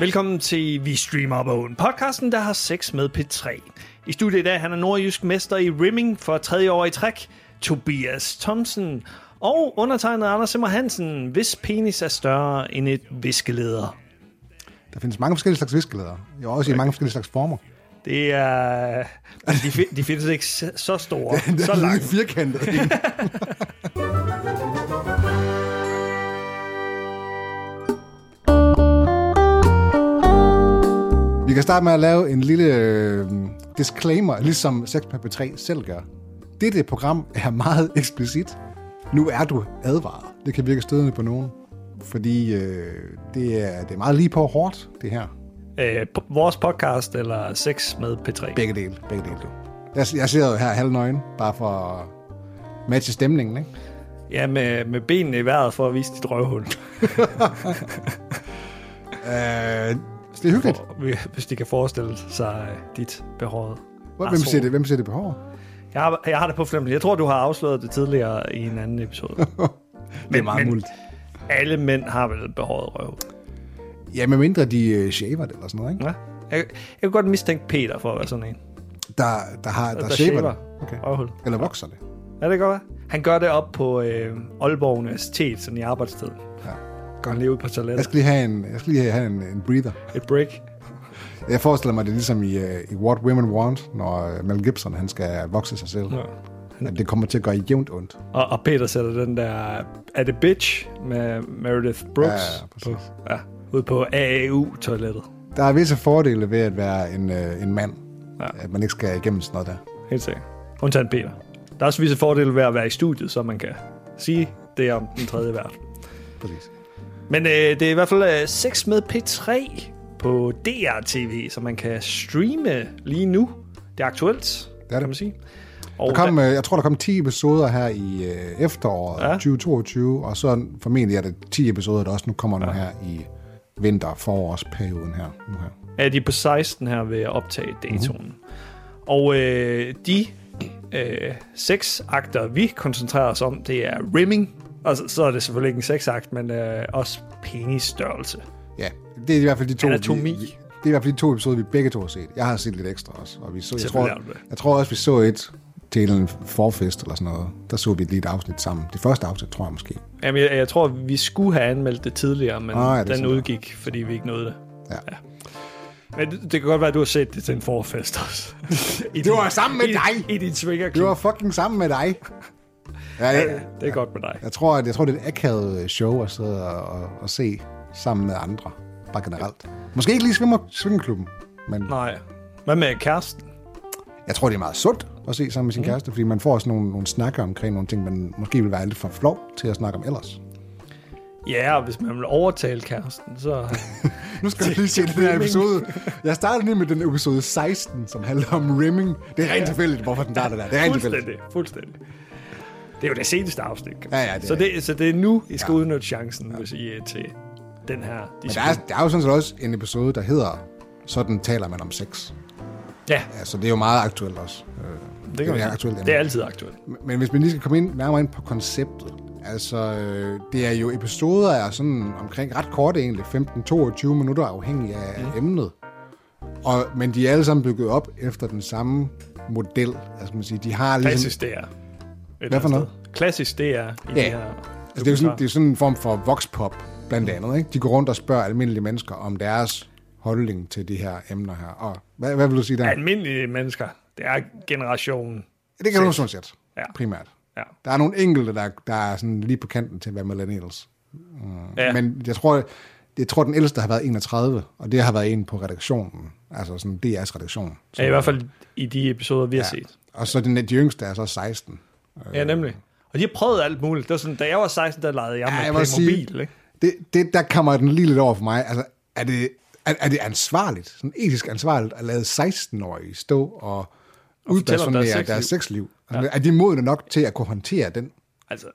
Velkommen til Vi Streamer på Åen, podcasten, der har sex med P3. I studiet i dag, han er nordjysk mester i rimming for tredje år i træk, Tobias Thomsen, og undertegnet Anders Simmer Hansen, hvis penis er større end et viskeleder. Der findes mange forskellige slags viskelæder. Jo, også i mange forskellige slags former. Det er... De, fi- de findes ikke s- så store, så Den er langt. lidt firkantet. Vi kan starte med at lave en lille øh, disclaimer, ligesom Sex med P3 selv gør. Dette program er meget eksplicit. Nu er du advaret. Det kan virke stødende på nogen. Fordi øh, det, er, det er meget lige på hårdt, det her. Øh, p- vores podcast eller sex med P3. Begge dele. Begge dele. Jeg, jeg sidder jo her halvnøgen, bare for at matche stemningen, ikke? Ja, med, med benene i vejret for at vise dit røvhul. Øh, så det er hyggeligt. For- Hvis de kan forestille sig øh, dit behårede. Hvor, hvem, Asshole. ser det, hvem ser det behov? Jeg har, jeg har det på flemmen. Jeg tror, du har afsløret det tidligere i en anden episode. Det er meget men- muligt. Alle mænd har vel behåret røv. Ja, med mindre de øh, shaver det eller sådan noget, ikke? Ja? Jeg, jeg kunne godt mistænke Peter for at være sådan en. Der, der, har, der, Der der shaver shaver det. Okay. Røvhul. Eller vokser det. Ja, det kan godt være. Han gør det op på øh, Aalborg Universitet, sådan i arbejdstiden. Ja. Går han lige ud på Jeg toilettet. skal lige have en, jeg skal lige have en, en breather. Et break. Jeg forestiller mig, det er ligesom i, øh, i What Women Want, når øh, Mel Gibson han skal vokse sig selv. Ja. Ja. Det kommer til at gøre jævnt ondt. Og, og Peter sætter den der Er det bitch med Meredith Brooks Ja, ja, på, præcis. ja, ude på AAU-toilettet. Der er visse fordele ved at være en, øh, en mand. Ja. Ja. At man ikke skal igennem sådan noget der. Helt sikkert. Undtagen Peter. Der er også visse fordele ved at være i studiet, så man kan sige det om den tredje vært. Præcis. Men øh, det er i hvert fald øh, sex med P3 på DRTV, så man kan streame lige nu. Det er aktuelt, det er det. kan man sige. Og Der kom, øh, jeg tror, der kom 10 episoder her i øh, efteråret Ja. ja. 2022, og så formentlig er det 10 episoder, der også nu kommer nu her i vinter- og forårsperioden her. Nu her. der er de på 16 her ved at optage datoen. Mm-hmm. Og øh, de øh, seks akter, vi koncentrerer os om, det er rimming. Og så, så er det selvfølgelig ikke en sexakt, men øh, også penisstørrelse. Ja, det er i hvert fald de to... Anatomi. Vi, vi- det er i hvert fald de to episoder, vi begge to har set. Jeg har set lidt ekstra også. Og vi så, jeg, tror, Selvfølgelig har du det. jeg tror også, vi så et til en forfest eller sådan noget. Der så vi lige et afsnit sammen. Det første afsnit, tror jeg måske. Jamen, jeg, jeg tror, vi skulle have anmeldt det tidligere, men Ah, ah, ja, ja, det er den sådan der. udgik, fordi vi ikke nåede det. Ja. Men det, det kan godt være, at du har set det til en forfest også. I Det var sammen med i, dig! I din Det swingerklub. var fucking sammen med dig. Ja, Ja, jeg, ja, det er godt med dig. jeg, tror, at, jeg tror, det er et akavet øh, show at sidde og, og, og se sammen med andre. Bare generelt. Måske ikke lige svimmer, svimmeklubben, men Nej. Hvad med kæresten? jeg tror, det er meget sundt at se sammen med sin mm. kæreste, fordi man får også nogle, nogle snakker omkring nogle ting, man måske vil være lidt for flov til at snakke om ellers. Ja, og hvis man vil overtale kæresten, så... Nu skal du lige se den her episode. Jeg startede lige med den episode 16, som handler om rimming. Det er rent tilfældigt, hvorfor den starter der. Det er rent tilfældigt. fuldstændig, fuldstændig. Det er jo det seneste afsnit, kan man Ja, sige. ja, det er så, det, så det er nu, I skal ja. udnytte chancen, hvis I er til den her Men der disciplin. er, der er jo sådan set også en episode, der hedder Sådan taler man om sex. Ja, Altså, det er jo meget aktuelt også. Øh, det, kan er man sige. aktuelt. det er altid aktuelt. Men hvis man lige skal komme ind, nærmere ind på konceptet. Altså, øh, det er jo episoder af sådan omkring ret korte egentlig, 15-22 minutter afhængig af mm. emnet. Og, men de er alle sammen bygget op efter den samme model. Altså, man siger, de har ligesom, Klassisk DR. Et eller Hvad for andet noget? sted. Klassisk DR i ja. det her. Altså, det, er jo sådan, det er sådan en form for voxpop, blandt andet. Ikke? De går rundt og spørger almindelige mennesker om deres holdning til de her emner her. Og hvad, hvad vil du sige der? Almindelige mennesker. Det er generationen. det kan du sådan set, Ja. primært. Ja. Der er nogle enkelte, der, der er sådan lige på kanten til at være millennials. Ja. Ja. Men jeg tror, jeg tror, den ældste har været 31, og det har været en på redaktionen. Altså sådan DR's redaktion. Så, ja, i hvert fald i de episoder, vi har ja. set. Og så den, de yngste er så 16. Ja, nemlig. Og de har prøvet alt muligt. Det var sådan, da jeg var 16, der legede jeg Ja, med jeg må Playmobil. sige- ikke? Det, det, der kommer den lige lidt over for mig. Altså, er det, er, er det ansvarligt, sådan etisk ansvarligt, at lade 16-årige stå og, og fortælle om udpersonere deres deres, sexliv? deres sexliv? Altså, ja. Er de modne nok til at kunne håndtere den? Altså,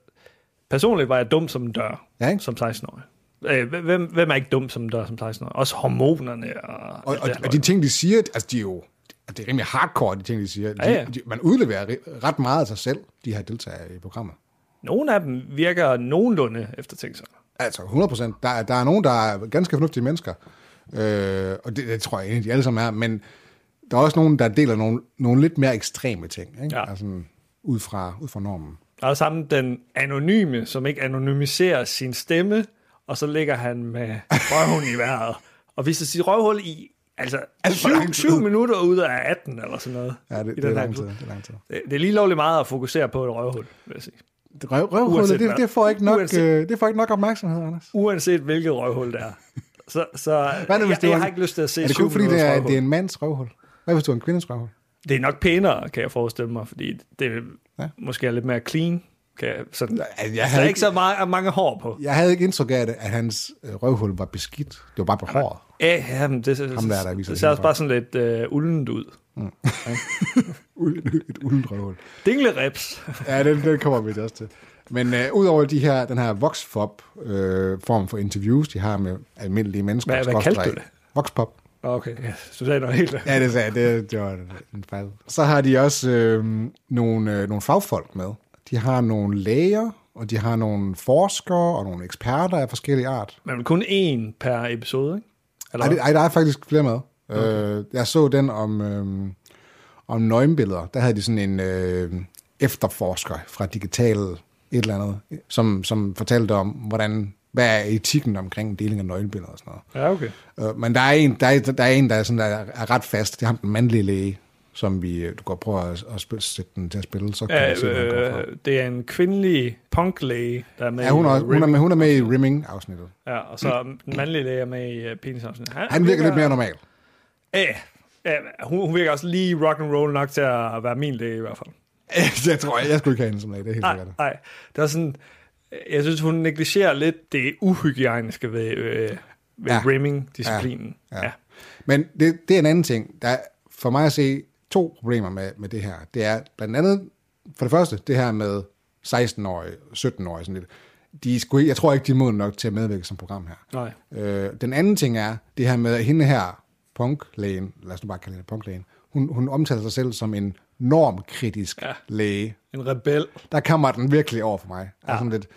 personligt var jeg dum som en dør, Ja, ikke? som 16-årig. Øh, hvem, hvem er ikke dum som en dør som 16-årig? Også hormonerne og... Og, alt og, det her og de ting, de siger, altså de er jo, det er rimelig hardcore, de ting, de siger. De, Ja, ja. De, man udleverer ri- ret meget af sig selv, de her deltagere i programmet. lort. Nogle af dem virker nogenlunde efter ting Altså 100 procent. Der, er- der er nogen, der er ganske fornuftige mennesker, Øh, og det, det tror jeg egentlig, de alle sammen er. Men der er også nogen, der deler nogle, nogle lidt mere ekstreme ting, ikke? Ja. Ja. Altså, ud, fra, ud fra normen. Der er sammen den anonyme, som ikke anonymiserer sin stemme, og så ligger han med røvhul i vejret. Og viser sit røvhul i altså, Alt for 20, lang tid. 20 minutter ud af 18 eller sådan noget. Ja, i det, den det, er her lang tid, episode. det er lang tid. Det, det er lige lovligt meget at fokusere på et røvhul, vil jeg sige. Røv, røvhullet, Uanset det, hvad. det, får ikke nok, Uanset- øh, det får ikke nok opmærksomhed, Anders. Uanset hvilket røvhul det er. Så, så Hvad nu, hvis jeg, det var jeg en- har ikke lyst til at se Er det 20 kun fordi, det minutters er, røvhul. det er en mands røvhul? Hvad hvis du er en kvindes røvhul? Det er nok pænere, kan jeg forestille mig, fordi det Ja. ja. måske er lidt mere clean. Kan jeg, sådan. Der Altså, Jeg er havde, ikke ikke, så meget, mange hår på. jeg havde ikke indtryk af, det, at hans øh, røvhul var beskidt. Det var bare på håret. Ja, ja men det, Ham der, der viser det ser det også bare sådan lidt øh, uldent ud. Uld- Et uldent røvhul. Dinglereps. Ja, den, den kommer vi også til. Men øh, udover de her, den her voxpop øh, form for interviews, de har med almindelige mennesker. Hvad- hvad kaldte du skråstreg- det? Voxpop. Okay, ja, så sagde jeg noget helt Ja, det, sagde, jeg. det, det var en fejl. Så har de også øh, nogle, øh, nogle fagfolk med. De har nogle læger, og de har nogle forskere og nogle eksperter af forskellige art. Men kun én per episode, ikke? Eller, Ej, det, ej, der er faktisk flere med. Okay. Øh, jeg så den om, øh, om nøgenbilleder. Der havde de sådan en øh, efterforsker fra digital et eller andet, som, som fortalte om, hvordan, hvad er etikken omkring deling af nøgenbilleder og sådan noget. Ja, okay. Øh, men der er en, der er, der er, en, der er, sådan, der er ret fast. Det er ham, den mandlige læge, som vi, øh, du går prøve at, at spille, sætte den til at spille, så kan ja, Ja, jeg se, øh, øh, øh, det er en kvindelig punklæge, der er med Ja, hun, er, i også- hun, er Ribbon. med, hun er med i Rimming-afsnittet. Ja, og så den mandlige læge er med i uh, penisafsnit. Han virker lidt mere normal. Ja, ja, hun, hun virker også lige rock and roll nok til at være min læge i hvert fald. jeg tror, jeg skulle ikke have hende som læge, det er helt Nej, sikkert. nej. Det er sådan, jeg synes, hun negligerer lidt det uhygiejniske ved, øh, ved Ja. ja. rimming-disciplinen. Ja. Ja. Ja. Ja. Men det, det er en anden ting. Der er for mig at se to problemer med, med det her. Det er blandt andet, for det første, det her med 16-årige, 17-årige, sådan lidt. De er sgu, ikke- jeg tror ikke, de er modne nok til at medvirke som program her. Nej. Øh, den anden ting er, det her med at hende her, punklægen, lad os nu bare kalde hende punklægen, hun, hun omtaler sig selv som en normkritisk ja. Ja. læge. En rebel. Der kommer den virkelig over for mig. Ja. Altså lidt,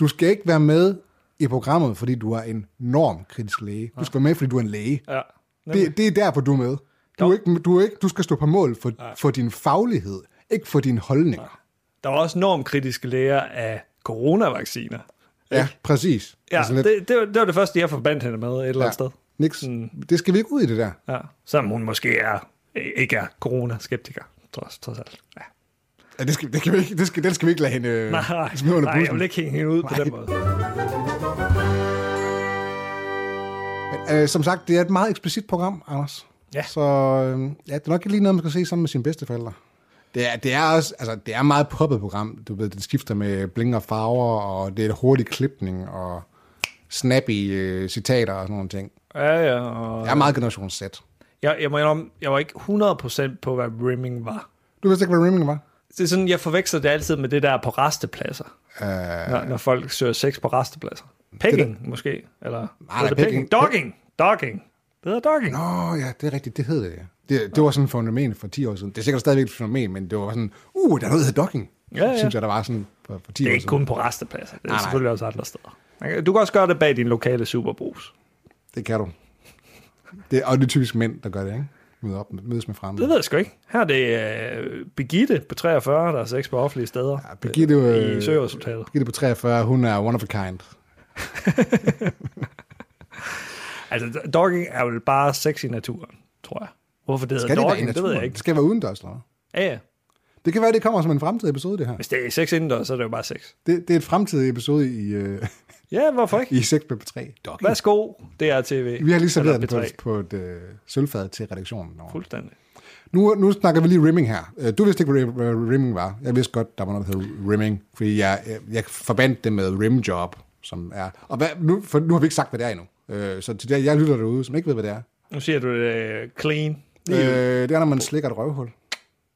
du skal ikke være med i programmet, fordi du er en normkritisk læge. Du skal være med, fordi du er en læge. Ja. Nemlig. Det, det er derfor, du er med. Du, er Jo. ikke, du, er ikke, du skal stå på mål for, for din faglighed, ikke for dine holdninger. Der var også normkritiske læger af coronavacciner. Ja, præcis. Ja, Altså lidt- det, det, var, det var det første, jeg forbandt hende med et eller andet ja, ja. sted. Mm. Niks. Det skal vi ikke ud i det der. Ja. Som hun måske er, ikke er corona-skeptiker, trods, trods alt. Ja. Ja, det, skal, det, kan vi ikke, det skal, den skal vi ikke lade hende øh, Nej, smide under nej, jeg bussen. vil ikke hænge hende ud nej. på den måde. Øh, som sagt, det er et meget eksplicit program, Anders. Ja. Så øh, ja, det er nok ikke lige noget, man skal se sammen med sine bedsteforældre. Det er, det er også, altså, det er et meget poppet program. Du ved, det skifter med bling og farver, og det er et hurtig klipning, og snappy øh, citater og sådan nogle ting. Ja, ja, og Det er meget generationssæt. jeg, jeg, må indrømme, jeg var ikke 100% på, hvad rimming var. Du vidste ikke, hvad rimming var? Det er sådan, jeg forveksler det altid med det der på restepladser. Øh, når, når folk søger sex på restepladser. Pegging, måske? Eller, nej, nej, det pegging- pegging. Dogging! Dogging! Det hedder dogging. Nå, ja, det er rigtigt, det hed det, ja. Det, det var sådan et fænomen for 10 år siden. Det er sikkert stadigvæk et fænomen, men det var sådan, uh, der er noget, der hedder docking. Ja, ja. Synes jeg, der var sådan for, for 10 Det er år ikke siden. kun på restepladser. Det er Nej, nej. selvfølgelig også andre steder. Man kan- Du kan også gøre det bag din lokale superbrus. Det kan du. Det, og det er typisk mænd, der gør det, ikke? Møder op, mødes med fremmede. Det ved jeg sgu ikke. Her er det øh, Birgitte på 43, der er sex på offentlige steder. Ja, Birgitte, øh, øh, I søgeresultatet. Gitte på 43, hun er one of a kind. Altså, dogging er vel bare sex i naturen, tror jeg. Hvorfor det hedder Skal det være i dogging, det, det ved naturen? jeg Det ikke. skal være udendørs, eller hvad? Ja, ja. Det kan være, det kommer som en fremtidig episode, det her. Hvis det er sex indendørs, så er det jo bare sex. Det, det er et fremtidig episode i, øh, Ja, hvorfor ikke? i 6 på 3. Dog. Værsgo, det er tv. Vi har lige serveret den Eller på, P3. et- på et øh, sølvfad til redaktionen. Over. Fuldstændig. Nu, nu snakker vi lige rimming her. Øh, Du vidste ikke, hvad rim- hvad rimming var. Jeg vidste godt, der var noget, der hed rimming, fordi jeg, jeg, jeg forbandt det med rimjob, som er... Og hvad, nu, for nu har vi ikke sagt, hvad det er endnu. Øh, Så til det, jeg lytter derude, som ikke ved, hvad det er. Nu siger du det clean. Lige ud. Øh, det er, når man slikker et røvhul.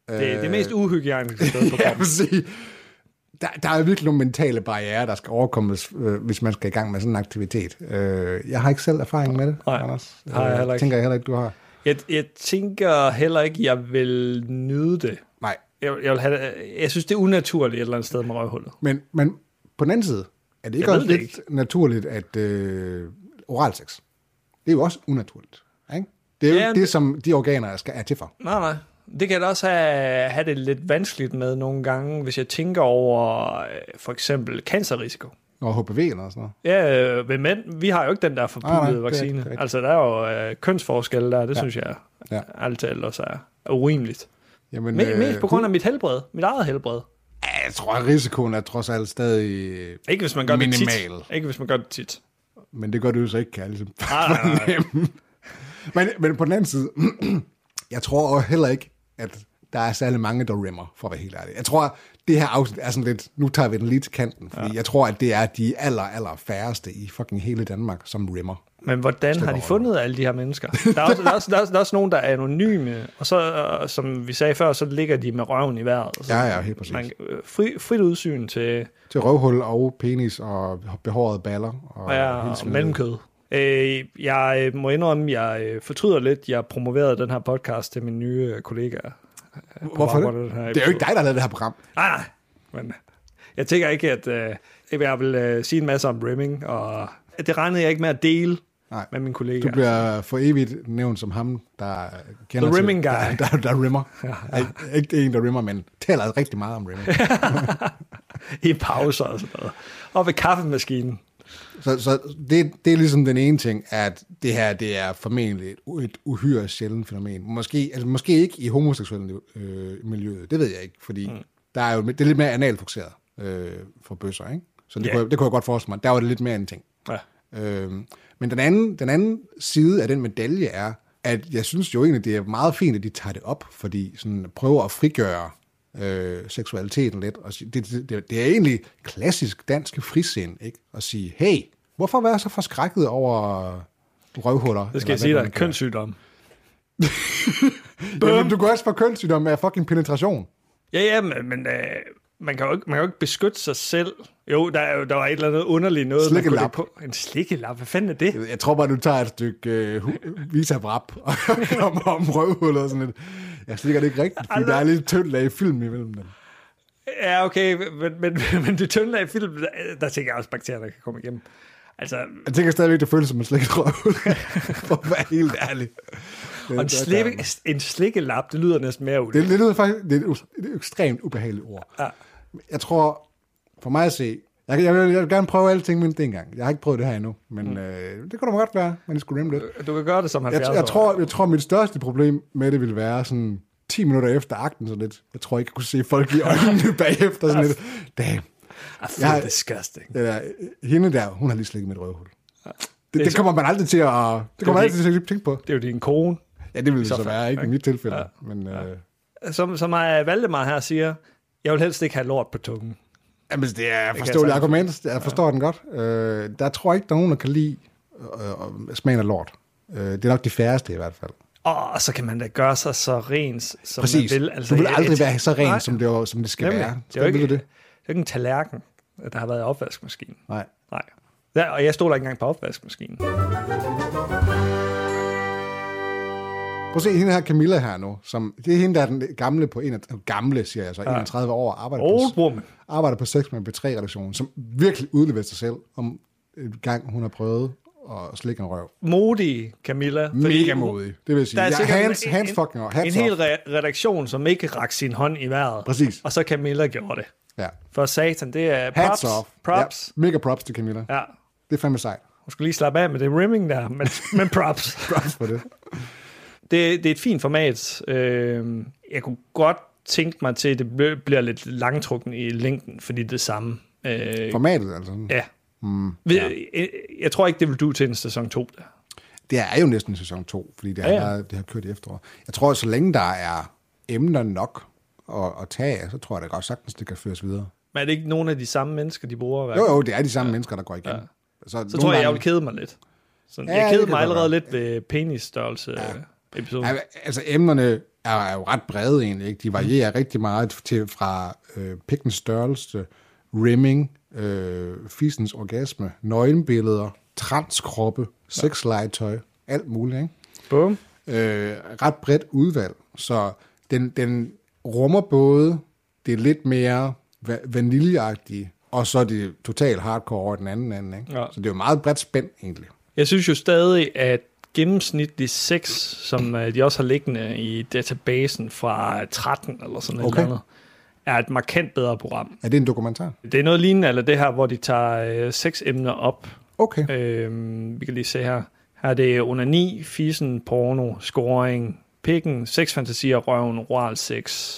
Det, det mest uhygiejniske sted på Øh, Ja, kroppen. præcis. Der, der er virkelig nogle mentale barriere, der skal overkommes, øh, hvis man skal i gang med sådan en aktivitet. Øh, jeg har ikke selv erfaring med det, Nej, Anders. Øh, har jeg heller ikke. tænker jeg heller ikke, du har. Jeg, jeg tænker heller ikke, jeg vil nyde det. Nej, Jeg, jeg, vil have, det- jeg synes, det er unaturligt et eller andet sted med røvhullet. men, men på den anden side, er det ikke Jeg ved også det lidt naturligt, at øh, oralsex Det er jo også unaturligt. Ikke? Det er jo Ja, ja, men- det, som de organer skal, er til for. Nej, nej. Det kan jeg da også have, have det lidt vanskeligt med nogle gange, hvis jeg tænker over øh, for eksempel cancerrisiko. Og HPV eller sådan noget. Ja, øh, men mænd, vi har jo ikke den der Nej, nej, forpulede det er vaccine. rigtigt, det er altså, der er jo øh, kønsforskelle der, det ja. Ja. synes jeg ja. Ja. alt ellers er er urimeligt. Jamen, øh, Men, mest på grund af mit helbred, mit eget helbred. Ja, jeg tror, at risikoen er trods alt stadig... Ikke hvis man gør det tit. Minimal. Ikke hvis man gør det tit. Men det gør du jo så ikke, kan jeg ligesom Nej, nej, nej. fornemme. men, men på den anden side, jeg tror også heller ikke, at der er særlig mange, der rimmer, for at være helt ærlig. Jeg tror, at det her afsnit er sådan lidt, nu tager vi den lige til kanten, fordi ja. jeg tror, at det er de aller, aller færreste i fucking hele Danmark, som rimmer. Men hvordan har de over. fundet alle de her mennesker? Der er også, der er også, der er også, der er også nogen, der er anonyme, og så, øh, som vi sagde før, så ligger de med røven i vejret. Så Ja, ja, helt præcis. Man, øh, fri, frit udsyn til Til røvhul og penis og behårede baller. Og, og jeg, hele og skidtet. mellemkød. Øh, jeg øh, må indrømme, jeg øh, fortryder lidt, jeg promoverede den her podcast til mine nye øh, kollegaer. Hvorfor baggrund af den det? her Det er jo ikke dig, der har lavet det her program. Nej, nej. Men øh, jeg tænker ikke, at øh, jeg vil øh, sige en masse om rimming, og det regnede jeg ikke med at dele Nej. med mine kollegaer. Du bliver for evigt nævnt som ham, der kender The rimming til, guy. Der, der, der rimmer. ja, ja. Ikke en, der rimmer, men taler rigtig meget om rimming. I pauser og sådan noget. Og ved kaffemaskinen. så så det, det er ligesom den ene ting, at det her det er formentlig et, u- et uhyre sjældent fænomen. Måske, altså måske ikke i homoseksuelle øh, miljøet, det ved jeg ikke, fordi mm. der er jo, det er lidt mere analfokuseret øh, for bøsser, ikke? Så det, Ja. yeah. kunne, jeg- det kunne jeg godt forestille mig. Der var det lidt mere en ting. Ja. Øhm, men den anden, den anden side af den medalje er, at jeg synes jo egentlig, det er meget fint, at de tager det op, fordi sådan prøver at frigøre øh, seksualiteten lidt. Og sige- det, det, det, det er egentlig klassisk dansk frisind, ikke? At sige, hey, hvorfor være så forskrækket over røvhuller? Det skal Eller jeg sige hvad dig. man kan- Kønssygdom. Jamen, du kan også få kønssygdom med fucking penetration. Ja, ja, men, men øh, man, kan jo ikke, man kan jo ikke beskytte sig selv. Jo, der, er jo, der var et eller andet underligt noget. man kunne Slikkelap. lægge På. En slikkelap? Hvad fanden er det? Jeg tror bare, du tager et stykke øh, hu- visabrap og om, om røvhuller og sådan lidt. Jeg slikker det ikke rigtigt, fordi der er lidt tyndt lag film imellem dem. Ja, okay, men, men, men det tynde af film, der, der tænker jeg også, bakterier der kan komme igennem. Altså, Jeg tænker stadigvæk, det føles som en slikket røvhul. For at være helt ærlig. og en, slik, en slikkelap, det lyder næsten mere Det, ulækkert. det, lyder faktisk, det er et, u- et ekstremt ubehageligt ord. Ja. Jeg tror, for mig at se, jeg, kan- jeg, vil, jeg vil gerne prøve alting, men det er engang. Jeg har ikke prøvet det her endnu, men mm. øh, det kunne da godt være, men det skulle rimme lidt. Du kan gøre det som 70 Jeg, jeg, tror, jeg tror, mit største problem med det ville være sådan 10 minutter efter akten, sådan lidt. Jeg tror ikke, jeg kunne se folk i øjnene bagefter, sådan lidt. Damn. I feel jeg- disgusting. Eller, hende der, hun har lige slikket mit røvhul. Det, er det, så- kommer man aldrig til at, det kommer man det aldrig til at tænke på. Det er jo din kone. Ja, det ville det så fald, være, ikke i ikke? mit tilfælde. Ja. Men øh, Som, som øh, Valdemar her siger, jeg vil helst ikke have lort på tungen. jamen, altså, det er sagtens. forståeligt argument. Jeg forstår ja. den godt. Øh, der tror jeg ikke, der er nogen, der kan lide øh, øh, smagen af lort. Øh, det er nok de færreste i hvert fald. Og så kan man da gøre sig så ren, som Præcis. man vil. Altså, du vil jeg- aldrig jeg- være så ren, Nej, som det, var, som det skal nemlig. være. Det er jo Skal ikke, du det. det er jo ikke en tallerken, der har været i opvaskemaskinen. Nej. Nej. Ja, og jeg stoler ikke engang på opvaskemaskinen. Prøv at se hende her Camilla her nu. Som, det er hende, der er den gamle på en, gamle, siger jeg så, 31 år, arbejder på Old woman. arbejder på Sex med B3-redaktionen, som virkelig udleverer sig selv om en gang, hun har prøvet at slikke en røv. Modig, Camilla. fordi- Mega modig, det vil jeg sige. Der er Jeg, sikkert hands, en, hands en, fucking off. Hands en hel off. re- redaktion, som ikke rakte sin hånd i vejret. Præcis. Og så Camilla gjorde det. Ja. For satan, det er props. Hats off. Props. Ja. Mega props til Camilla. Ja. ja. Det er fandme sejt. Hun skulle lige slappe af med det rimming der, men, men props. Props for det. det, det er et fint format. Øh, jeg kunne godt tænke mig til, at det bl- bliver lidt langtrukken i længden, fordi det er samme. Øh, Formatet altså. ja. Mm, ja. Jeg, jeg tror ikke, det vil du til en sæson 2. Der. Det er jo næsten sæson 2, fordi det har, Ja, ja, ja. ja. det har kørt i efteråret. Jeg tror, at så længe der er emner nok at, at tage af, så tror jeg da godt sagtens, det kan føres videre. Men er det ikke nogen af de samme mennesker, de bruger? hver Jo, gang? jo, det er de samme ja. mennesker, der går igen. Ja. Så, Så tror jeg, jeg vil kede mig lidt. Sådan, Ja, jeg det keder kan mig godt allerede være. lidt ved penisstørrelse ja. episoden. Ja, altså emnerne er, er jo ret brede egentlig. Ikke? De varierer mm. rigtig meget til, fra øh, pikkens størrelse, rimming, øh, fissens orgasme, nøgenbilleder, transkroppe, sexlegetøj, alt muligt. Ikke? Bum. øh, ret bredt udvalg, så den, den rummer både det lidt mere va- vaniljeagtige, og så det totalt hardcore over i den anden anden. Ikke? Ja. Så det er jo meget bredt spænd egentlig. Jeg synes jo stadig, at gennemsnitlig 6, som øh, de også har liggende i databasen fra 13 eller sådan noget, Okay. eller andet, er et markant bedre program. Er det en dokumentar? Det er noget lignende eller det her, hvor de tager øh, seks emner op. Okay. Øh, vi kan lige se her. Her er det onani, fisen, porno, scoring, pikken, sexfantasier, røven, oral sex.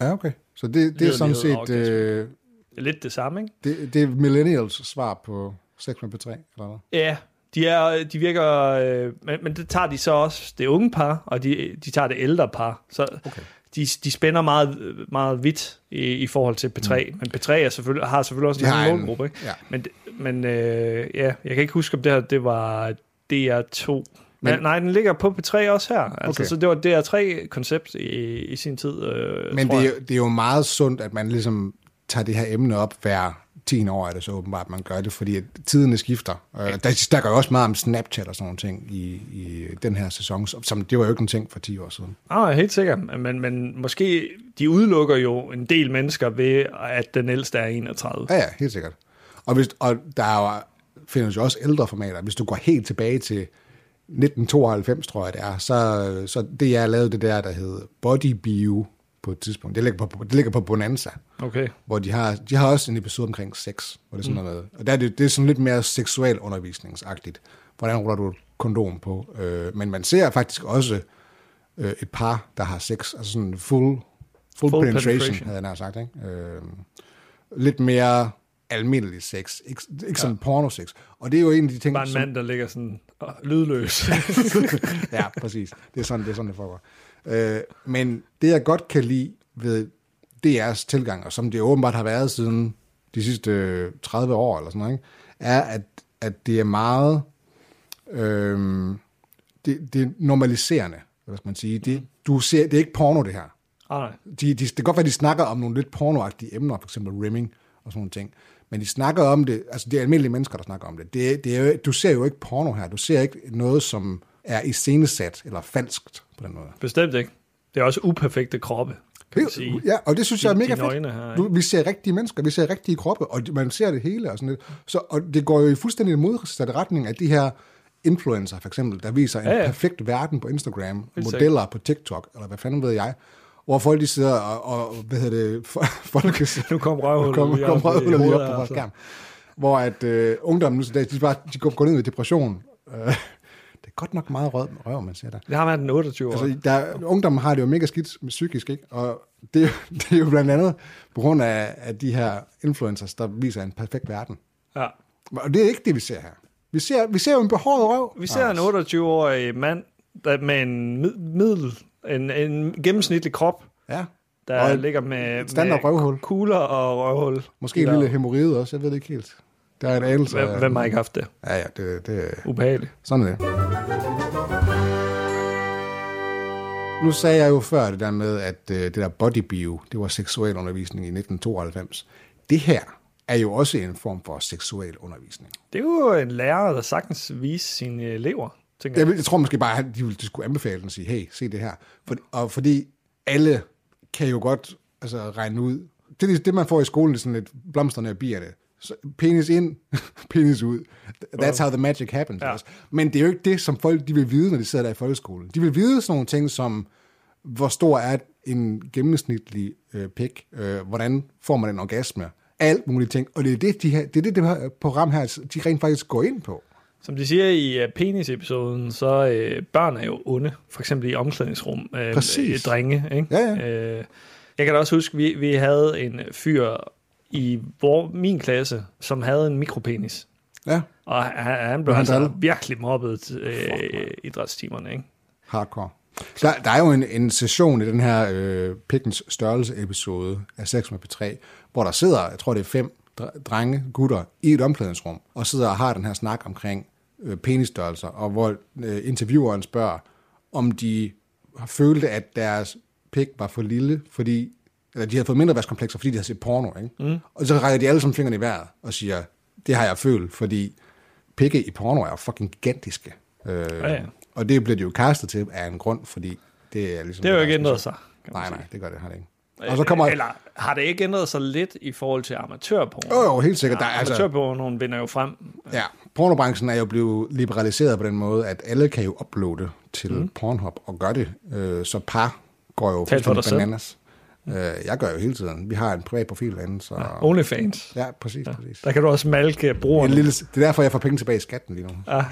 Ja, okay. Så det, det er Liderlighed sådan og set orgasme. øh, Det er lidt det samme, ikke? det, det er millennials svar på sex med P3, eller hvad? Ja, de, er, de virker... Øh, men, men det tager de så også det unge par, og de, de tager det ældre par. Så okay. de, de spænder meget, meget vidt i, i forhold til P3. Mm. Men P3 er selvfølgelig, har selvfølgelig også De de en har anden en- målgruppe, ikke? ja. Men, det- men øh, ja, jeg kan ikke huske, om det her det var DR2. Men, Men- nej, den ligger på P3 også her. Altså, Okay. Så det var DR3-koncept i, i sin tid, øh, Men tror det er, jeg. jo, det er jo meget sundt, at man ligesom tager det her emne op hver 10 år, er det så åbenbart, man gør det, fordi at tiderne skifter. Øh, Der, der går jo også meget om Snapchat og sådan nogle ting i, i den her sæson, som- som det var jo ikke en ting for 10 år siden. Ah, helt sikkert. Men, men måske, de udelukker jo en del mennesker ved, at den ældste er 31. Ja, ja, helt sikkert. Og, hvis, og der er jo, findes jo også ældre formater. Hvis du går helt tilbage til 1992, tror jeg det er, så, så det, jeg lavede det der, der hed Body Bio på et tidspunkt. Det ligger på, det ligger på Bonanza. Okay. hvor de har, de har også en episode omkring sex, hvor det er sådan mm. noget, og der er det, det er sådan lidt mere seksuel undervisningsagtigt. Hvordan ruller du et kondom på? Øh, men man ser faktisk også øh, et par, der har sex, altså sådan full, full, Full full penetration, penetration. penetration, havde jeg nær sagt. Ikke? Øh, lidt mere almindelig sex, ikke, ikke ja. sådan porno-sex. Og det er jo en af de ting, Bare en mand, der ligger sådan og, lydløs. ja, præcis. Det er sådan, det, er sådan, det foregår. Øh, men det, jeg godt kan lide ved DR's tilgang, og som det åbenbart har været siden de sidste øh, 30 år, eller sådan noget, ikke? er, at, at det er meget øh, det, det er normaliserende, hvad skal man sige. Det, du ser, det er ikke porno, det her ah, nej. de, de, det kan godt være, de snakker om nogle lidt pornoagtige emner, for eksempel rimming og sådan nogle ting. Men de snakker om det, altså det er almindelige mennesker, der snakker om det. det, det er jo, du ser jo ikke porno her. Du ser ikke noget, som er iscenesat eller falskt på den måde. Bestemt ikke. Det er også uperfekte kroppe, kan man sige. Ja, og det synes De- jeg er mega de nøgne fedt. her, ikke? du, vi ser rigtige mennesker, vi ser rigtige kroppe, og man ser det hele og sådan lidt. Så, og det går jo i fuldstændig modsatte retning af de her influencer, for eksempel, der viser en Ja, ja, ja. ja. perfekt verden på Instagram, sikkert. modeller på TikTok, eller hvad fanden ved jeg, hvor folk de sidder og, og hvad hedder det, fo- folk Nu kom røvhullet kom, lige kom op i røvhullet lige hovedet altså. her, op på vores så. skærm. Hvor at øh, ungdommen nu til dags, de, bare, de går går ned i depression. Øh, det er godt nok meget røv, røv man ser der. Det har været den 28 år. Altså, Altså, der, ungdommen har det jo mega skidt med psykisk, ikke? Og det, er jo- det er jo blandt andet på grund af, af de her influencers, der viser en perfekt verden. ja. Og det er ikke det, vi ser her. Vi ser, vi ser jo en behåret røv. Ah, Vi ser en 28-årig mand der med en mid- middel, en, en gennemsnitlig krop, Ja. der Og og et- ligger med, et standard med røvhul. kugler og røvhul. Måske en lille hemorrhoide også, jeg ved det ikke helt. Der er en anelse. Hvem, af- hvem har ikke haft det? Ja, ja, det, det, Ubehageligt. Sådan er det. Nu sagde jeg jo før det der med, at øh, det der bodybio, det var seksuel undervisning i 1992. Det her er jo også en form for seksuel undervisning. Det er jo en lærer, der sagtens viser sine elever, tænker jeg. Jeg, vil- jeg tror måske bare, at de ville de skulle anbefale den og sige, hey, se det her. For, og fordi alle kan jo godt altså, regne ud. Det, er det man får i skolen, det er sådan lidt blomsterne og bierne. Så, penis ind, penis ud. That's how the magic happens. Ja. Ja. Men det er jo ikke det, som folk de vil vide, når de sidder der i folkeskolen. De vil vide sådan nogle ting som, hvor stor er en gennemsnitlig øh, pik, øh, hvordan får man en orgasme, alt mulige ting. Og det er det, de her, det, er det, det her program her, de rent faktisk går ind på. Som de siger i øh, penis-episoden, så øh, børn er jo onde, for eksempel i omklædningsrum. Øh, Præcis. øh, Drenge, ikke? Ja, ja. Øh, jeg kan da også huske, vi, vi havde en fyr i vor, min klasse, som havde en mikropenis. Ja, Og han, han blev han altså drillet? virkelig mobbet øh, idrætstimerne, ikke? Hardcore. Der, der er jo en, en session i den her øh, Pickens størrelse-episode af 6 med P3, hvor der sidder, jeg tror det er fem dr- drenge, gutter, i et omklædningsrum, og sidder og har den her snak omkring øh, penisstørrelser, og hvor øh, intervieweren spørger, om de har følte, at deres pik var for lille, fordi eller de havde fået mindre værtskomplekser, fordi de havde set porno. Ikke? Mm. Og så rækker de alle sammen fingrene i vejret og siger, det har jeg følt, fordi pikke i porno er jo fucking gigantiske. Øh, Ja, ja. og det blev det jo castet til af en grund, fordi det er ligesom... Det har jo ikke der er ændret specielt. sig. kan man Nej, sige. nej, det gør det, har det ikke. Og så kommer... Eller har det ikke ændret sig lidt i forhold til amatørporno? Jo, jo, helt sikkert. Der Der, er er altså, amatørpornoen vinder jo frem. Ja, pornobranchen er jo blevet liberaliseret på den måde, at alle kan jo uploade til mm. Pornhub og gøre det, øh, så par går for jo dig fuldstændig selv. bananas. Øh, jeg gør jo hele tiden. Vi har en privat profil derinde, så... Ja, Onlyfans. ja præcis, ja. præcis. Der kan du også malke brugerne. En lille, det er derfor, jeg får penge tilbage i skatten lige nu. Ja. Ah.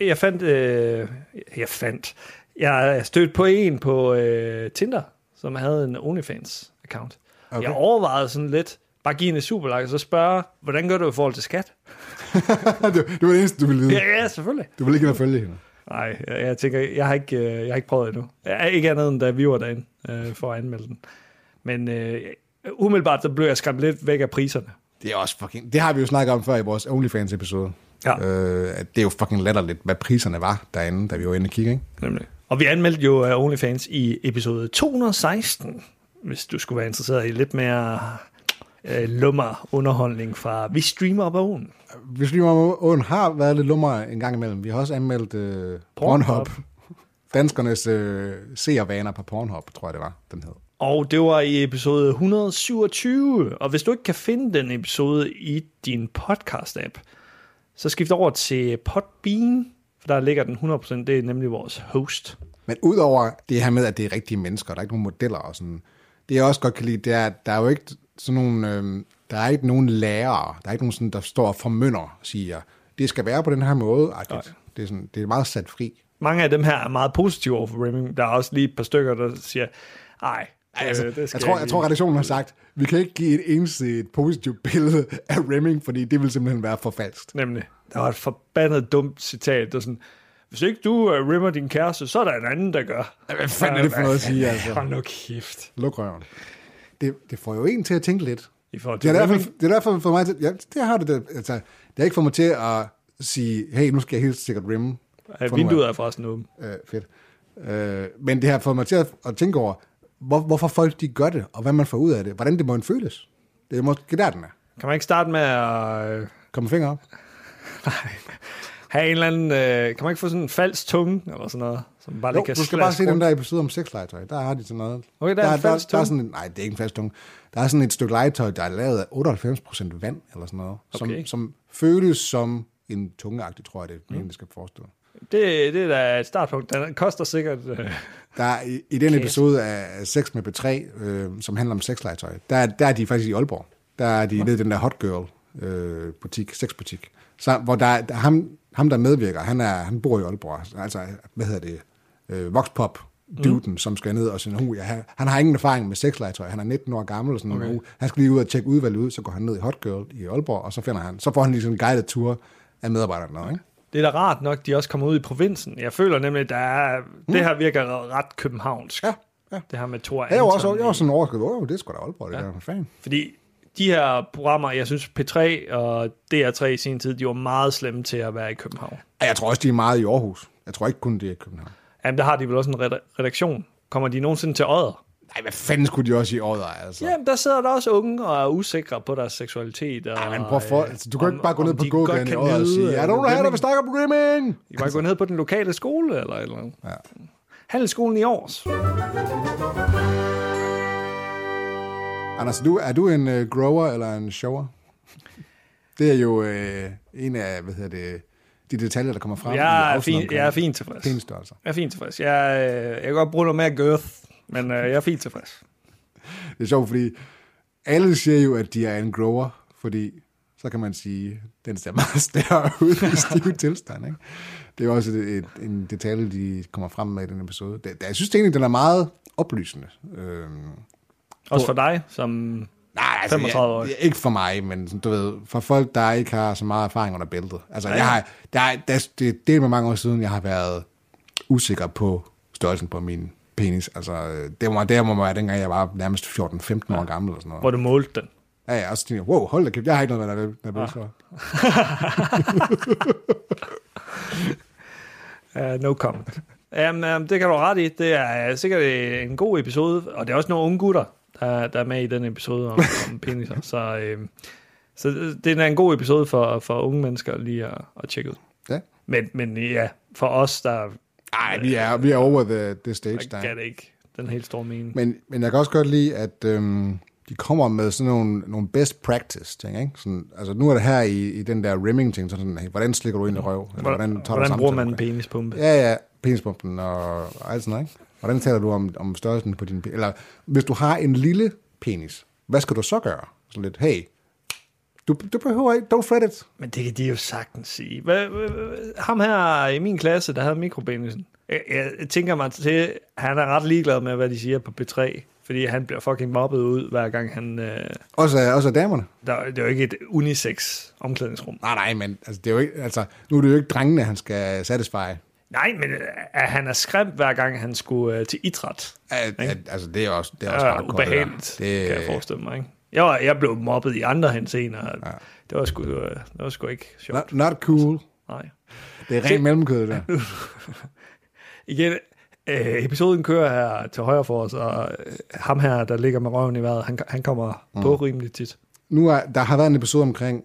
Jeg fandt, øh, jeg fandt, jeg stødte på en på øh, Tinder, som havde en OnlyFans-account. Okay. Jeg overvejede sådan lidt, bare give en superlak, og så spørge, hvordan gør du i forhold til skat? det, det var det eneste, du ville vide. Ja, ja selvfølgelig. Du ville ikke ind og følge hende. Nej, jeg, jeg tænker, jeg har, ikke, øh, jeg har ikke prøvet endnu. Jeg er ikke andet end, da vi var derinde øh, for at anmelde den. Men øh, umiddelbart, så blev jeg skræmt lidt væk af priserne. Det er også fucking... Det har vi jo snakket om før i vores OnlyFans-episode. Ja. Øh, at det er jo fucking latterligt, hvad priserne var derinde, da vi var inde og kigge, ikke? Nemlig. Og vi anmeldte jo øh, OnlyFans i episode 216, hvis du skulle være interesseret i lidt mere øh, lummer underholdning fra Vi Streamer på Oen. Hvis lige om åen har været lidt lummer en gang imellem. Vi har også anmeldt øh, Pornhub. Danskernes øh, seervaner på Pornhub, tror jeg det var, den hed. Og det var i episode 127. Og hvis du ikke kan finde den episode i din podcast-app, så skift over til Podbean, for der ligger den 100%. Det er nemlig vores host. Men udover det her med, at det er rigtige mennesker, og der er ikke nogen modeller og sådan, det jeg også godt kan lide, det er, at der er jo ikke sådan nogle, øh, der er ikke nogen lærere, der er ikke nogen sådan, der står og formynder og siger, det skal være på den her måde. Agtigt. Det er, sådan, det er meget sat fri. Mange af dem her er meget positive over for Rimming. Der er også lige et par stykker, der siger, ej, øh, Altså, det skal jeg, tror, ikke." jeg tror, redaktionen har sagt, vi kan ikke give et eneste et positivt billede af Remming, fordi det vil simpelthen være for falsk. Nemlig. Der var et forbandet dumt citat, der sådan, hvis ikke du uh, rimmer din kæreste, så er der en anden, der gør. Hvad fanden er det for noget at sige, altså? Hold nu kæft. Luk røven. Det, det får jo en til at tænke lidt. I forhold Det til er rimming, derfor, det er derfor for mig til, ja, det har det, det, altså, det har ikke fået mig til at sige, hey, nu skal jeg helt sikkert rimme. at vinduet er forresten åbent. Øh, fedt. Øh, men det har fået mig til at, at tænke over, hvor, hvorfor folk de gør det, og hvad man får ud af det. Hvordan det må føles. Det er måske der, den er. Kan man ikke starte med at øh, Kom med fingre op. have en eller anden... Øh, kan man ikke få sådan en falsk tunge, eller sådan noget, som bare Jo, lige kan du skal bare slaske se den rundt? der episode om sexlegetøj. Der har de sådan noget. Okay, der er en der, falsk der, er tunge. sådan en, Nej, det er ikke en falsk tunge. Der er sådan et stykke legetøj, der er lavet af 98% vand, eller sådan noget. Som, Okay. som føles som en tungeagtig, tror jeg, det mm. skal forestille. Det, det er da et startpunkt. Den koster sikkert... Øh, Der er, i, I den episode af Sex med B3, øh, som handler om sexlegetøj, der, er- der er de faktisk i Aalborg. Der er de nede i den der hot girl øh, butik, sexbutik. Så, hvor der, der ham, ham, der medvirker, han, er, han bor i Aalborg. Altså, hvad hedder det? Øh, voxpop duden, mm. som skal ned og sådan, uh, ja, han- han har ingen erfaring med sexlegetøj, han er 19 år gammel, og sådan, okay. uh, han skal lige ud og tjekke udvalget ud, så går han ned i Hot Girl i Aalborg, og så finder han, så får han lige sådan en guided tour af medarbejderne. og, Ikke? det er da rart nok, de også kommer ud i provinsen. Jeg føler nemlig, at der er, det her virker ret københavnsk. Mm. Ja, ja. Det her med Thor Jeg var Anton også, i- jeg var sådan overrasket, åh, det er sgu da Aalborg, det ja. der, for fanden. Fordi de her programmer, jeg synes P3 og DR3 i sin tid, de var meget slemme til at være i København. Ja, Jeg tror også, de er meget i Aarhus. Jeg tror ikke kun, det er i København. Jamen, der har de vel også en reda- redaktion. Kommer de nogensinde til Odder? Nej, hvad fanden skulle de også i Odder, altså? Jamen, der sidder der også unge og er usikre på deres seksualitet. Og, øh, Ej, men prøv for, altså, du kan jo ikke bare gå om- ned om på de gågaden godt i kan Odder og nyde, sige, øh, er der nogen her, der rimming?" vil snakke om rimming? De kan bare gå ned på den lokale skole eller et eller andet. Ja. Handelsskolen i Aarhus. Anders, du, er du en uh, grower eller en shower? Det er jo øh, en af, hvad hedder det, de detaljer, der kommer frem. Jeg er, fin, jeg er fint tilfreds. Fint størrelser. Jeg er fint tilfreds. Jeg, øh, jeg kan godt bruge noget mere girth, men øh, jeg er fint tilfreds. Det er sjovt, fordi alle siger jo, at de er en grower, fordi så kan man sige, den ser meget større ud i stiv tilstand. Ikke? Det er jo også et, et, en detalje, de kommer frem med i den episode. Det, det, jeg synes egentlig, den er meget oplysende. Øhm, Også for dig, som... nej, altså, 35 år. jeg, jeg, ikke for mig, men sådan, du ved, for folk, der ikke har så meget erfaring under bæltet. Altså, jeg har, der, er- der, det, det er med mange år siden, jeg har været usikker på størrelsen på min penis. Altså, øh, det var der, hvor man var, dengang jeg var nærmest 14-15 år gammel. Eller sådan noget. Hvor du målte den. Ja, ja, og så tænkte jeg, wow, hold da kæft, jeg har ikke noget, der er nervøs Ah. for. Uh, no comment. um, um, det kan du have ret i. Det er øh, sikkert øh, en god episode, og det er også nogle unge gutter, der, der er med i den episode om, om peniser. Så, øh, så det er en god episode for, for unge mennesker lige at, at tjekke ud. Ja. Men, men ja, for os, der Ej, vi er, vi er over the, the stage, der der. gav det ikke den helt store mening. Men, men jeg kan også godt lide, at øhm, de kommer med sådan nogle, nogle best practice ting, ikke? Sådan, altså nu er det her i, i den der rimming ting, sådan, hey, hvordan slikker du ind i røv? Eller, Mm. Hvordan, hvordan, tager hvordan du bruger samtaler? man en penispumpe? Ja, ja, penispumpen og, og alt sådan noget, ikke? Hvordan taler du om, om størrelsen på din penis? Eller hvis du har en lille penis, hvad skal du så gøre? Sådan lidt, hey, du, du behøver ikke, don't fret it. Men det kan de jo sagtens sige. Hvad, hvad- hvad- ham her i min klasse, der havde mikropenisen, jeg, jeg tænker mig til, han er ret ligeglad med, hvad de siger på B3, fordi han bliver fucking mobbet ud, hver gang han... Øh, Også, også af damerne. der, det er jo ikke et unisex omklædningsrum. Nej, nej, men altså, det er jo ikke, altså, nu er det jo ikke drengene, han skal satisfy. Nej, men øh, at han er skræmt, hver gang han skulle øh, til idræt. At, at, altså, det er også, det er også er hardcore, det ubehageligt, der. Det, det... kan jeg forestille mig. Ikke? Jeg, var, jeg blev mobbet i andre hensener. Ja. Det, var sgu, øh, det var sgu ikke sjovt. Not, not cool. Nej. Det er rent mellemkød, der. Igen, øh, episoden kører her til højre for os, og øh, ham her, der ligger med røven i vejret, han, han kommer mm. på rimelig tit. Nu er, der har været en episode omkring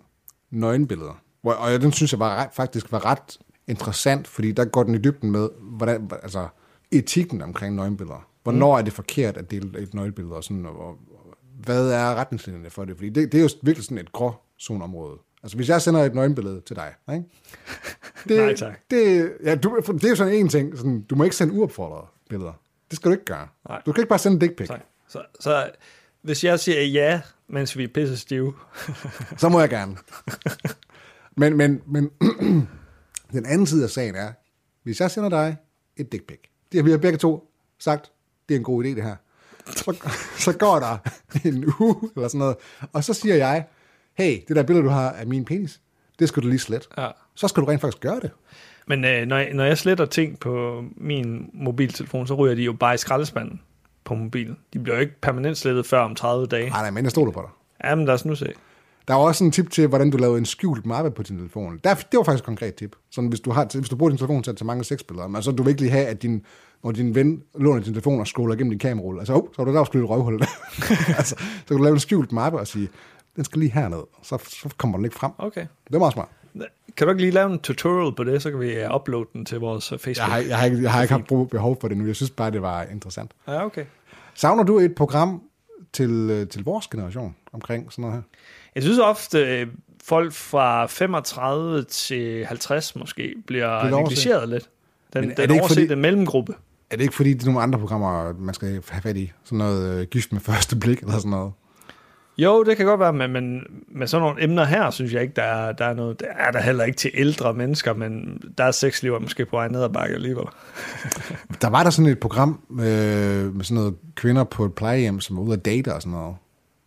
nøgenbilleder, hvor, og jeg- den synes jeg var ret, faktisk var ret interessant, fordi der går den i dybden med, hvordan, altså, etikken omkring nøgenbilleder. Hvornår mm. er det forkert at dele et nøgenbillede, og, sådan, og, og hvad er retningslinjerne for det? Fordi det, det er jo virkelig sådan et grå zoneområde. Altså, hvis jeg sender et nøgenbillede til dig, ikke? Det, Nej, tak. Det, ja, du, for det er jo sådan en ting, sådan, du må ikke sende uopfordrede billeder. Det skal du ikke gøre. Nej. Du kan ikke bare sende en dick pic. Så, så, så hvis jeg siger ja, mens vi er pisse stive, Så må jeg gerne. men, men, men den anden side af sagen er, hvis jeg sender dig et dick pic, det har vi begge to sagt, det er en god idé det her, så, så går der en uge eller sådan noget, og så siger jeg, hey, det der billede, du har af min penis, det skal du lige slet. Ja. Så skal du rent faktisk gøre det. men øh, når, jeg, når jeg sletter ting på min mobiltelefon, så ryger de jo bare i skraldespanden på mobilen. De bliver jo ikke permanent slettet før om 30 dage. Nej, nej, men jeg stoler på dig. Jamen, lad os nu se. Der er også en tip til, hvordan du laver en skjult mappe på din telefon. Der, det var faktisk et konkret tip. Sådan, hvis, du har, hvis du bruger din telefon til at tage mange sexbilleder, men så du vil ikke lige have, at din, når din ven låner din telefon og scroller igennem din kamerarulle. Altså, oh, så er du der skyldt et røvhul. altså, så kan du lave en skjult mappe og sige, den skal lige herned. Så, så kommer den ikke frem. Okay. Det er meget smart. Kan du ikke lige lave en tutorial på det, så kan vi øh, uploade den til vores øh, Jeg Facebook? har, jeg har, ikke, jeg har ikke haft brug, behov for det nu. Jeg synes bare, det var interessant. Ja, okay. Savner du et program til, øh, til vores generation omkring sådan noget her? Jeg synes ofte, øh, folk fra 35 til 50 måske bliver Bliver overset. negligeret lidt. Den, Men er den det ikke oversete fordi- mellemgruppe. Er det ikke fordi, det er nogle andre programmer, man skal have fat i? Sådan noget øh, gift med første blik eller sådan noget? Jo, det kan godt være, men, men med sådan nogle emner her, synes jeg ikke, der er, der er noget. Der er der heller ikke til ældre mennesker, men der er sexliv er måske på vej ned ad bakke alligevel. Der var der sådan et program øh, med sådan noget kvinder på et plejehjem, som var ude at date og sådan noget.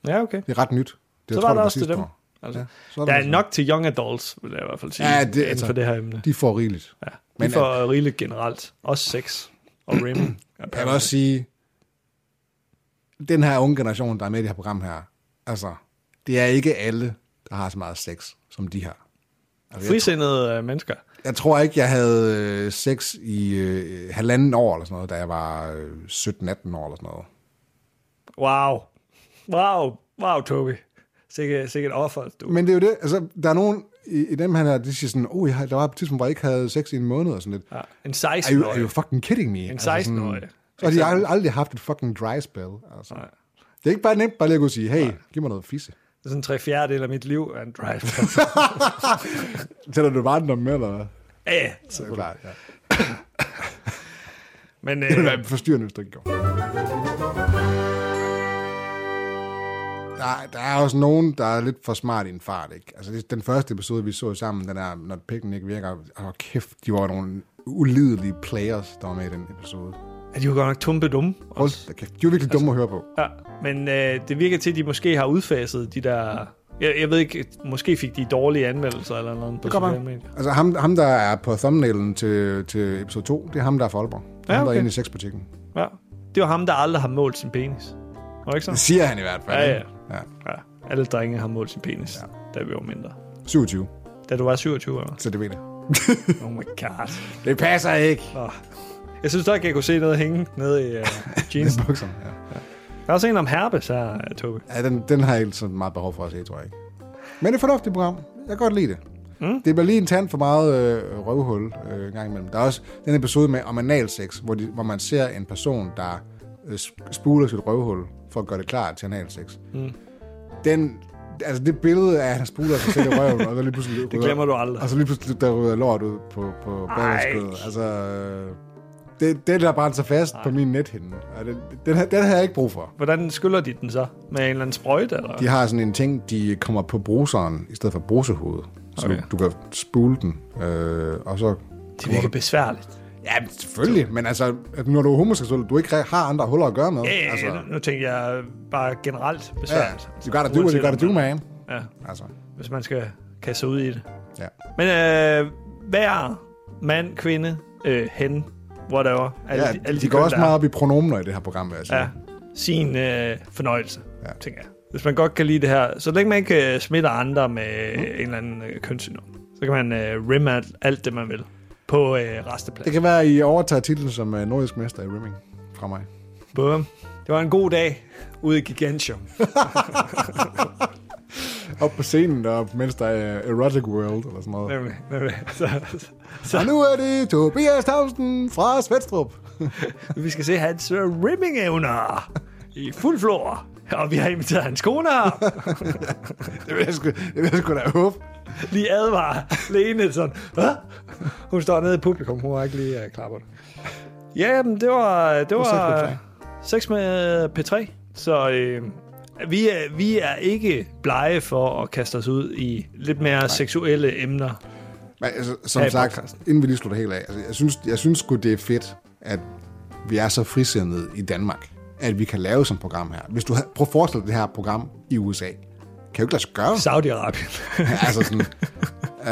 Ja, okay. Det er ret nyt. Det, Så tror var jeg, der var også til sidste dem. år. Altså, Ja, ja, så er der der er sådan- nok til young adults, vil jeg i hvert fald sige, Ja, ja, det- det, inden altså, for det her emne. De får rigeligt. Ja, men, men, for rigeligt generelt. Også sex og rimming. Jeg vil også sige, den her unge generation, der er med i det her program her, altså, det er ikke alle, der har så meget sex, som de har. Altså, jeg, Frisindede øh, mennesker. jeg tror ikke, jeg havde øh, sex i øh, halvanden år eller sådan noget, da jeg var øh, 17-18 år eller sådan noget. Wow. Wow. Wow, Tobi. Sikke, sikke et offer, du. Men det er jo det, altså, der er nogen i, i dem her, der de siger sådan, oh, jeg, har- der var et tidspunkt, hvor jeg ikke havde sex i en måned og sådan lidt. Ja, en Are you, are you 16-årig. fucking kidding me? Altså, En sådan- 16-årig. Så har de aldrig, aldrig haft et fucking dry spell. Altså. Nej. Det er ikke bare nemt bare lige at gå og sige, hey, giv mig noget fisse. Det er sådan tre fjerdedel af mit liv er en drive. Tæller du bare den om med, eller hvad? ja, Det er så klart, ja. Men Det ville øh, være forstyrrende, hvis du ikke gjorde. Der, der er også nogen, der er lidt for smart i en fart, ikke? Altså, det, den første episode, vi så sammen, den der, når pikken ikke virker, åh, kæft, de var nogle ulidelige players, der var med i den episode. er de jo godt nok tumpe dumme. Hold da kæft, de var virkelig dumme at høre på. Ja, men øh, det virker til, at de måske har udfaset de der... Jeg, jeg ved ikke, måske fik de dårlige anmeldelser eller noget på kan sociale være. medier. Altså ham, ham der er på thumbnailen til, til episode 2, det er ham, der er fra Aalborg. Ja, Ja, ham, der er okay. inde i sexbutikken. Ja. Det var ham, der aldrig har målt sin penis. Var det ikke Det sådan? siger han i hvert fald. Ja, ikke? ja. Ja. Alle drenge har målt sin penis, ja. da vi var mindre. 27, Da du var 27 år. så det ved jeg. Oh my god. Det passer ikke. Nå. Jeg synes nok, jeg kunne se noget hænge nede i uh, jeans. Det er bukserne, ja. Der er også en om herpes her, øh, Tobi. ja den, den har jeg ikke så meget behov for at se, tror jeg ikke. Men det er et fornuftigt program. Jeg kan godt lide det. Mm. Det bliver lige en tand for meget øh, røvhul øh, en gang imellem. Der er også den episode med om analsex, hvor, de, hvor man ser en person, der øh, sp- spuler sit røvhul for at gøre det klar til analsex. Mm. Den, altså det billede af, at han spuler sig selv i røven, og så lige pludselig Det glemmer du aldrig. Og så lige pludselig, der ryger lort ud på, på bagerskødet. Altså, øh, det, det der brændte sig fast Ej. på min nethinde. Og den, den, her- den havde jeg ikke brug for. Hvordan skyller de den så? Med en eller anden sprøjte? Eller? De har sådan en ting, de kommer på bruseren i stedet for brusehovedet. Så Okay. okay. du, du kan spule den, øh, og så... Det virker besværligt. Ja, men selvfølgelig, men altså, at når du er homoseksuel, du ikke har andre huller at gøre med. Ja, altså, altså, nu tænker jeg bare generelt ja, besværligt. you gotta do what you gotta do, man. Ja, Altså, hvis man skal kaste sig ud i det. ja. Men øh, hver mand, kvinde, øh, hen, whatever. Alle, ja de, de går køn, også der er. meget op i pronomener i det her program, vil jeg sige. Ja, sin øh, fornøjelse, ja. Ja. tænker jeg. Hvis man godt kan lide det her, så længe man ikke øh, smitter andre med mm. en eller anden øh, kønssygdom, så kan man øh, rimme alt, alt det, man vil på øh, resteplads. Det kan være, at I overtager titlen som øh, nordisk mester i rimming fra mig. Bum. Det var en god dag ude i Gigantium. Op på scenen, der, mens der er øh, Erotic World, eller sådan noget. Nemlig, nemlig. Så, så, Og nu er det Tobias Tavsen fra Svedstrup. vi skal se hans øh, rimming-evner i fuld flor. Og vi har inviteret hans kone op. Det vil jeg sgu, det vil jeg sgu da håbe. lige advarer Lene sådan, Hå? Hun står nede i publikum, hun har ikke lige uh, klar på det. Ja, men det var, det var sex med sex med P3, så øh, vi, er, vi er ikke blege for at kaste os ud i lidt mere Nej. seksuelle emner. Men, altså, som Her i sagt, podcasten. inden vi lige slutter helt af, altså, jeg synes, jeg synes sgu, det er fedt, at vi er så frisindede i Danmark, at vi kan lave sådan et program her. Hvis du havde, prøv at forestille dig det her program i USA. Kan jo ikke lade sig gøre. Saudi-Arabien. altså sådan, øh,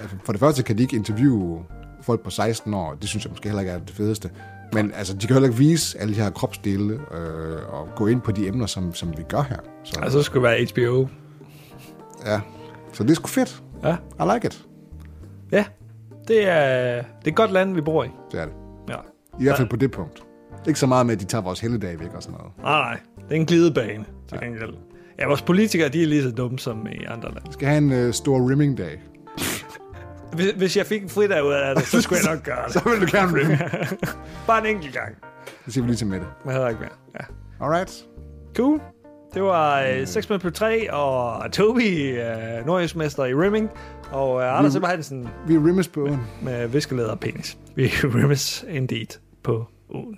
altså, for det første kan de ikke interviewe folk på 16 år. Det synes jeg måske heller ikke er det fedeste. Men altså, de kan heller ikke vise alle de her kropsdele øh, og gå ind på de emner, som, som vi gør her. Så, Og så skulle Altså, det være HBO. ja. så det er sgu fedt. Ja, I like it. ja. Det, er, det er et godt land, vi bor i. Det er det. Ja. I hvert fald på det punkt. Ikke så meget med, at de tager vores helligdag væk og sådan noget. Nej, Ah, nej. Det er en glidebane, til gengæld. Ja, vores politikere, de er lige så dumme som i andre lande. Vi skal have en øh, stor rimming-dag. Hvis, hvis jeg fik en fridag ud af det, så skulle jeg nok gøre det. Så vil du gerne rimme. Bare en enkelt gang. Det siger vi lige til Mette. Men heller ikke mere. Ja. Alright. Cool. Det var øh, 6 med på 3, og Tobi, øh, norgesmester i rimming, og øh, Anders Emmer Hansen Vi rimmes på åen. med viskeleder og penis. Vi rimmes indeed på ugen.